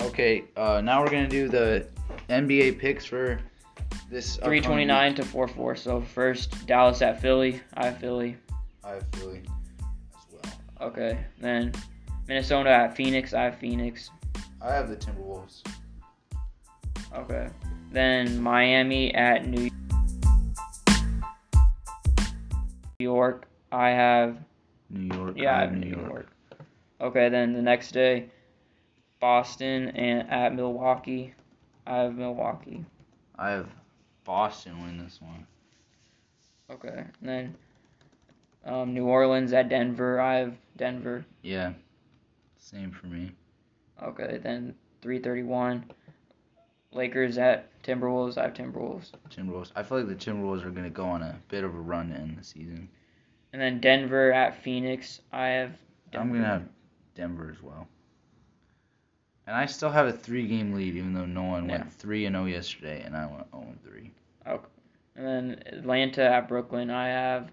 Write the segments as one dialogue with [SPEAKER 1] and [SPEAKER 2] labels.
[SPEAKER 1] Okay, uh, now we're gonna do the NBA picks for this. upcoming
[SPEAKER 2] 329 to 4 4. So first, Dallas at Philly. I have Philly.
[SPEAKER 1] week. I have Philly as well.
[SPEAKER 2] Okay. Then Minnesota at Phoenix. I have Phoenix.
[SPEAKER 1] I have the Timberwolves.
[SPEAKER 2] Okay. Then Miami at New York. I have
[SPEAKER 1] New York.
[SPEAKER 2] yeah,
[SPEAKER 1] I
[SPEAKER 2] I
[SPEAKER 1] have
[SPEAKER 2] have New York. Okay, then the next day, Boston and at Milwaukee. I have Milwaukee.
[SPEAKER 1] I have Boston win this one.
[SPEAKER 2] Okay. And then um, New Orleans at Denver. I have Denver.
[SPEAKER 1] Yeah. Same for me.
[SPEAKER 2] Okay, then 331. Lakers at Timberwolves. I have Timberwolves.
[SPEAKER 1] Timberwolves. I feel like the Timberwolves are gonna go on a bit of a run to end the season.
[SPEAKER 2] And then Denver at Phoenix. I have
[SPEAKER 1] I'm gonna have Denver as well. And I still have a three-game lead, even though no one
[SPEAKER 2] Yeah.
[SPEAKER 1] went three and zero yesterday, and I went zero and three.
[SPEAKER 2] And then Atlanta at Brooklyn. I have.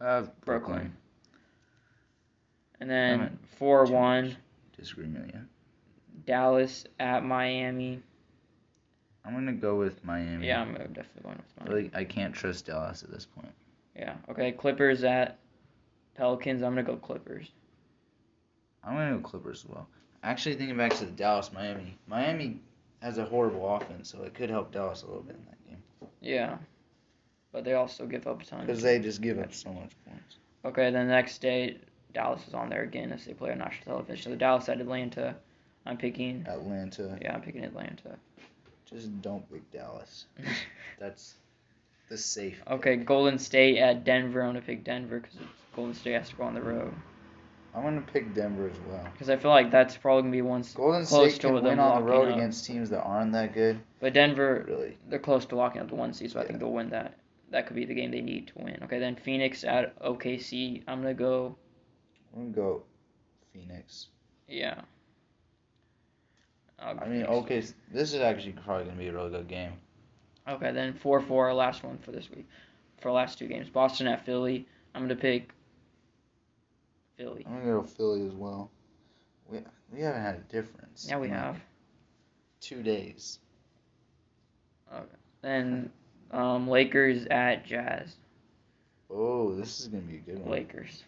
[SPEAKER 1] I have
[SPEAKER 2] Brooklyn.
[SPEAKER 1] Brooklyn.
[SPEAKER 2] And
[SPEAKER 1] I'm
[SPEAKER 2] then 4 1.
[SPEAKER 1] Disagreement. Yeah.
[SPEAKER 2] Dallas at Miami.
[SPEAKER 1] I'm gonna go with Miami.
[SPEAKER 2] Yeah, I'm definitely going with
[SPEAKER 1] I,
[SPEAKER 2] Miami.
[SPEAKER 1] really, I can't trust Dallas at this point.
[SPEAKER 2] Yeah. Okay. Clippers at Pelicans. I'm gonna go Clippers.
[SPEAKER 1] I'm gonna go Clippers as well. Actually, thinking back to the Dallas Miami, Miami has a horrible offense, so it could help Dallas a little bit in that game
[SPEAKER 2] Yeah. But they also give up a ton.
[SPEAKER 1] because they just give up so much points.
[SPEAKER 2] Okay. The next day, Dallas is on there again as they play on national television. So Dallas at Atlanta. I'm picking.
[SPEAKER 1] Atlanta,
[SPEAKER 2] Yeah, I'm picking Atlanta.
[SPEAKER 1] just don't pick Dallas. That's the safe.
[SPEAKER 2] okay. Golden State at Denver. I'm gonna pick Denver because Golden State has to go on the road.
[SPEAKER 1] I'm gonna pick Denver as well.
[SPEAKER 2] Because I feel like that's probably gonna be one. s-
[SPEAKER 1] Golden
[SPEAKER 2] Close
[SPEAKER 1] State
[SPEAKER 2] to
[SPEAKER 1] can
[SPEAKER 2] them
[SPEAKER 1] win on the
[SPEAKER 2] locking
[SPEAKER 1] road
[SPEAKER 2] up.
[SPEAKER 1] against teams that aren't that good.
[SPEAKER 2] But Denver,
[SPEAKER 1] Really,
[SPEAKER 2] they're close to locking up the one seed, so I
[SPEAKER 1] Yeah.
[SPEAKER 2] think they'll win that. That could be the game they need to win. Okay, then Phoenix at OKC. I'm gonna go.
[SPEAKER 1] I'm gonna go Phoenix.
[SPEAKER 2] Yeah. I'll go
[SPEAKER 1] I mean,
[SPEAKER 2] Phoenix.
[SPEAKER 1] okay, s- this is actually probably gonna be a really good game.
[SPEAKER 2] Okay, then four four, our last one for this week, for our last two games. Boston at Philly. I'm gonna pick Philly.
[SPEAKER 1] I'm gonna go Philly as well. We we haven't had a difference.
[SPEAKER 2] Yeah, we
[SPEAKER 1] in, like,
[SPEAKER 2] have.
[SPEAKER 1] two days.
[SPEAKER 2] Then um, Lakers at Jazz.
[SPEAKER 1] Oh, this is gonna be a good one.
[SPEAKER 2] Lakers.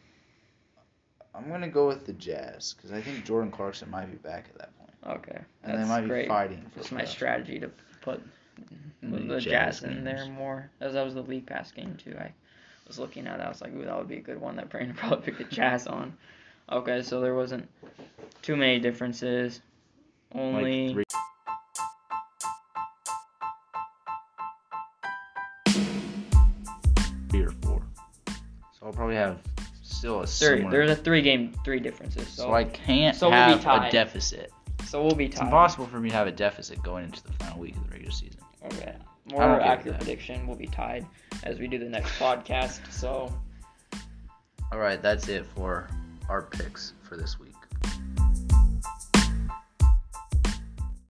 [SPEAKER 1] I'm gonna go with the Jazz because I think Jordan Clarkson might be back at that point,
[SPEAKER 2] Okay,
[SPEAKER 1] and
[SPEAKER 2] that's
[SPEAKER 1] they might
[SPEAKER 2] great.
[SPEAKER 1] be fighting for
[SPEAKER 2] That's my
[SPEAKER 1] playoffs.
[SPEAKER 2] strategy to put
[SPEAKER 1] Mm,
[SPEAKER 2] the
[SPEAKER 1] Jazz
[SPEAKER 2] Jazz in there
[SPEAKER 1] games.
[SPEAKER 2] more. That was, that was the league pass game too. I was looking at. That. I was like, ooh, that would be a good one. That Brandon probably picked the Jazz on. Okay, so there wasn't too many differences.
[SPEAKER 1] Like
[SPEAKER 2] Only
[SPEAKER 1] three- three or four. So I'll probably have still a
[SPEAKER 2] three.
[SPEAKER 1] similar.
[SPEAKER 2] There's a three game, three differences. So
[SPEAKER 1] so I can't
[SPEAKER 2] so we'll be
[SPEAKER 1] have a
[SPEAKER 2] tied.
[SPEAKER 1] deficit.
[SPEAKER 2] so we'll be
[SPEAKER 1] It's
[SPEAKER 2] tied.
[SPEAKER 1] impossible for me to have a deficit going into the final week of the regular season.
[SPEAKER 2] Okay.
[SPEAKER 1] I don't
[SPEAKER 2] More
[SPEAKER 1] get
[SPEAKER 2] accurate
[SPEAKER 1] that.
[SPEAKER 2] prediction will be tied as we do the next podcast. So.
[SPEAKER 1] All right, that's it for our picks for this week.